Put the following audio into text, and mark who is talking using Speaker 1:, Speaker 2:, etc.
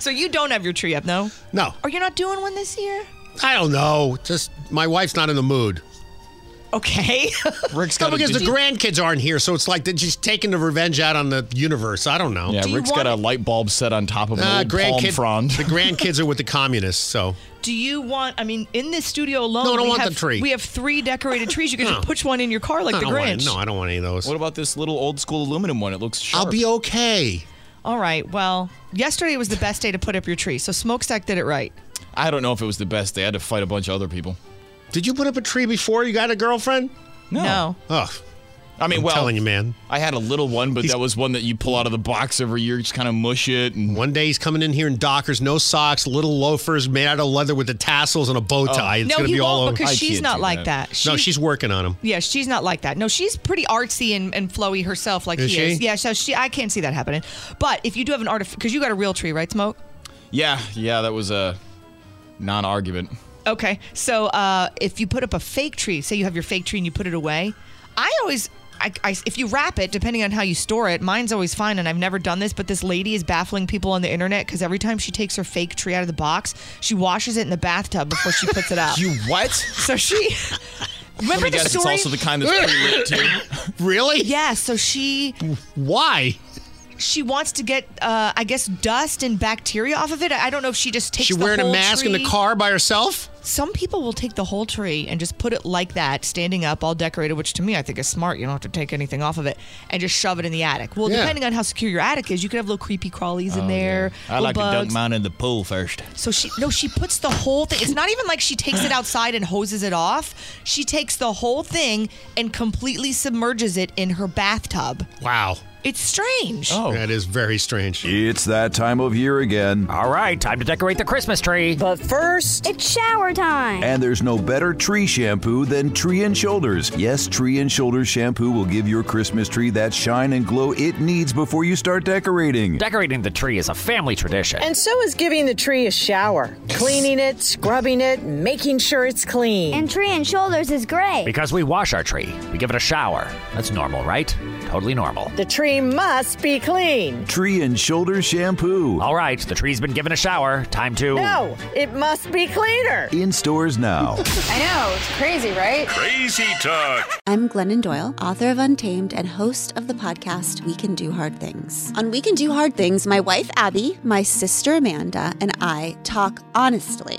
Speaker 1: So you don't have your tree up, no?
Speaker 2: No,
Speaker 1: Or you're not doing one this year?
Speaker 2: I don't know. Just my wife's not in the mood.
Speaker 1: Okay.
Speaker 3: Rick's
Speaker 2: No,
Speaker 1: Oh,
Speaker 3: got
Speaker 2: because the grandkids aren't here, so it's like they're just taking the revenge out on the universe. I don't know.
Speaker 3: yeah,
Speaker 1: Do you
Speaker 3: Rick's got a
Speaker 1: want-
Speaker 3: light bulb set on top of an
Speaker 2: Uh,
Speaker 3: old palm
Speaker 2: grandkid-
Speaker 3: frond.
Speaker 2: the grandkids are with the communists, so
Speaker 1: Do you want? I mean, in this studio alone,
Speaker 2: No, I don't
Speaker 1: we
Speaker 2: want
Speaker 1: have,
Speaker 2: the tree.
Speaker 1: We have three decorated trees. You can
Speaker 2: No.
Speaker 1: just push one in your car like
Speaker 2: I
Speaker 1: the
Speaker 2: don't want it.
Speaker 1: Grinch.
Speaker 2: no, I don't want any of those.
Speaker 3: What about this little old school aluminum one? It looks sharp.
Speaker 2: I'll be okay.
Speaker 1: All right. Well, yesterday was the best day to put up your tree, so Smokestack did it right.
Speaker 3: I don't know if it was the best. They had to fight a bunch of other people.
Speaker 2: Did you put up a tree before you got a girlfriend?
Speaker 3: No.
Speaker 1: No.
Speaker 2: Ugh.
Speaker 3: I mean,
Speaker 2: I'm
Speaker 3: well,
Speaker 2: telling you, man.
Speaker 3: I had a little one, but that was one that you pull out of the box every year, just kind of mush it. And
Speaker 2: One day he's coming in here in Dockers, no socks, little loafers made out of leather with the tassels and a bow tie. it's
Speaker 1: no,
Speaker 2: gonna
Speaker 1: he
Speaker 2: be
Speaker 1: won't
Speaker 2: all over.
Speaker 1: because
Speaker 3: Oh. I
Speaker 1: she's
Speaker 3: can't
Speaker 1: not
Speaker 3: do
Speaker 1: like that.
Speaker 3: that.
Speaker 2: no, she's working on him.
Speaker 1: Yeah, she's not like that. No, she's pretty artsy and, and flowy herself, like
Speaker 2: Is
Speaker 1: he
Speaker 2: she?
Speaker 1: is. Yeah, so she I can't see that happening. But if you do have an artifact, because you got a real tree, right, Smoke?
Speaker 3: yeah, yeah, that was a non-argument.
Speaker 1: Okay, so uh, if you put up a fake tree, say you have your fake tree and you put it away, I always, I, I- if you wrap it, depending on how you store it, mine's always fine, and I've never done this, but this lady is baffling people on the internet because every time she takes her fake tree out of the box, she washes it in the bathtub before she puts it up.
Speaker 3: You what?
Speaker 1: so she, remember
Speaker 3: I
Speaker 1: the
Speaker 3: guess it's
Speaker 1: story?
Speaker 3: also the kind that's pre-lit too.
Speaker 2: Really?
Speaker 1: yeah, so she
Speaker 2: Why?
Speaker 1: she wants to get, uh, I guess, dust and bacteria off of it. I don't know if she just takes.
Speaker 2: She
Speaker 1: the
Speaker 2: wearing a
Speaker 1: whole
Speaker 2: mask in
Speaker 1: tree.
Speaker 2: the car by herself?
Speaker 1: Some people will take the whole tree and just put it like that, standing up, all decorated, which to me I think is smart. You don't have to take anything off of it and just shove it in the attic. Well,
Speaker 2: Yeah.
Speaker 1: depending on how secure your attic is, you could have little creepy crawlies in there. little bugs.
Speaker 3: mine in the pool first.
Speaker 1: So she no, she puts the whole thing. It's not even like she takes it outside and hoses it off. She takes the whole thing and completely submerges it in her bathtub.
Speaker 2: Wow.
Speaker 1: It's strange.
Speaker 3: Oh.
Speaker 2: That is very strange.
Speaker 4: It's that time of year again,
Speaker 5: All right, time to decorate the Christmas tree.
Speaker 6: But first,
Speaker 7: It's shower time.
Speaker 4: and there's no better tree shampoo than Tree and Shoulders. Yes, Tree and Shoulders shampoo will give your Christmas tree that shine and glow it needs before you start decorating.
Speaker 5: Decorating the tree is a family tradition.
Speaker 8: And so is giving the tree a shower, cleaning it, scrubbing it, making sure it's clean.
Speaker 7: And Tree and Shoulders is great.
Speaker 5: because we wash our tree, we give it a shower. That's normal, right? Totally normal.
Speaker 8: the tree must be clean.
Speaker 4: Tree and Shoulders shampoo
Speaker 5: All right, the tree's been given a shower. Time to.
Speaker 8: No, it must be cleaner.
Speaker 4: in stores now.
Speaker 7: I know, it's crazy, right?
Speaker 9: I'm Glennon Doyle, author of Untamed and host of the podcast We Can Do Hard Things. On We Can Do Hard Things, my wife Abby, my sister Amanda, and I talk honestly